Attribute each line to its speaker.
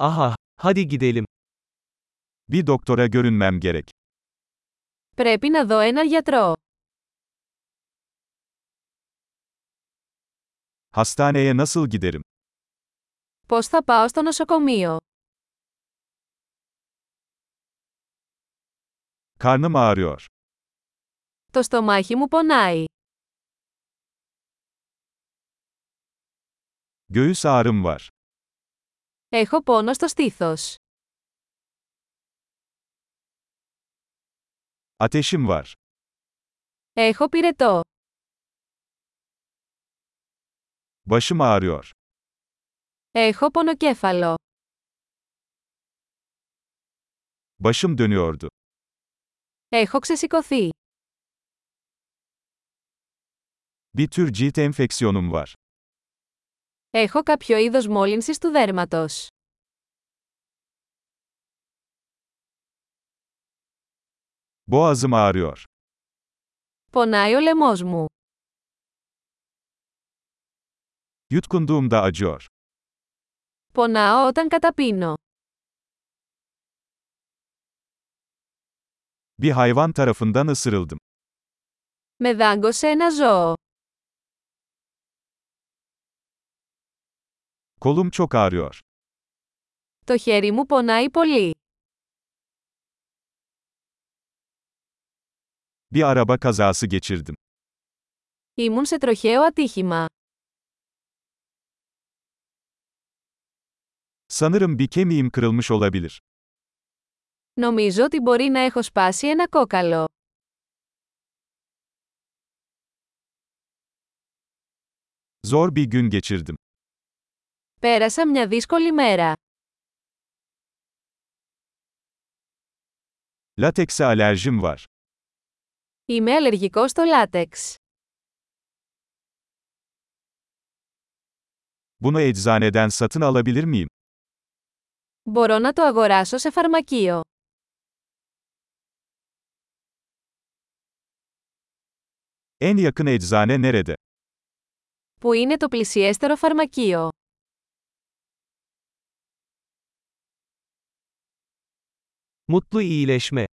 Speaker 1: Aha, hadi gidelim.
Speaker 2: Bir doktora görünmem gerek.
Speaker 3: Πρέπει να δω έναν γιατρό.
Speaker 2: Hastaneye nasıl giderim?
Speaker 3: Πώς θα πάω στο νοσοκομείο.
Speaker 2: Karnım ağrıyor.
Speaker 3: Το στομάχι μου πονάει.
Speaker 2: Göğüs ağrım var.
Speaker 3: Έχω πόνο στο στήθος.
Speaker 2: Ateşim var.
Speaker 3: Έχω πυρετό.
Speaker 2: Başım ağrıyor.
Speaker 3: Έχω πονοκέφαλο.
Speaker 2: Başım dönüyordu.
Speaker 3: Έχω ξεσηκωθεί.
Speaker 2: Bir tür cilt enfeksiyonum var.
Speaker 3: Έχω κάποιο είδος μόλυνσης του δέρματος.
Speaker 2: Boğazım ağrıyor.
Speaker 3: Πονάει ο λαιμός μου.
Speaker 2: Yutkunduğumda acıyor.
Speaker 3: Πονάω όταν καταπίνω.
Speaker 2: Bir hayvan tarafından ısırıldım.
Speaker 3: Με δάγκωσε ένα ζώο.
Speaker 2: Kolum çok ağrıyor.
Speaker 3: Το χέρι μου πονάει πολύ.
Speaker 2: Bir araba kazası geçirdim.
Speaker 3: Ήμουν σε τροχαίο ατύχημα.
Speaker 2: Sanırım bir kemiğim kırılmış olabilir.
Speaker 3: Νομίζω ότι μπορεί να έχω σπάσει ένα κόκαλο.
Speaker 2: Zor bir gün geçirdim.
Speaker 3: Πέρασα μια δύσκολη μέρα.
Speaker 2: Latekse alerjim var.
Speaker 3: Είμαι αλλεργικός στο λάτεξ.
Speaker 2: Bunu eczaneden satın alabilir miyim?
Speaker 3: Μπορώ να το αγοράσω σε φαρμακείο.
Speaker 2: En yakın eczane nerede?
Speaker 3: Πού είναι το πλησιέστερο φαρμακείο.
Speaker 1: Mutlu iyileşme.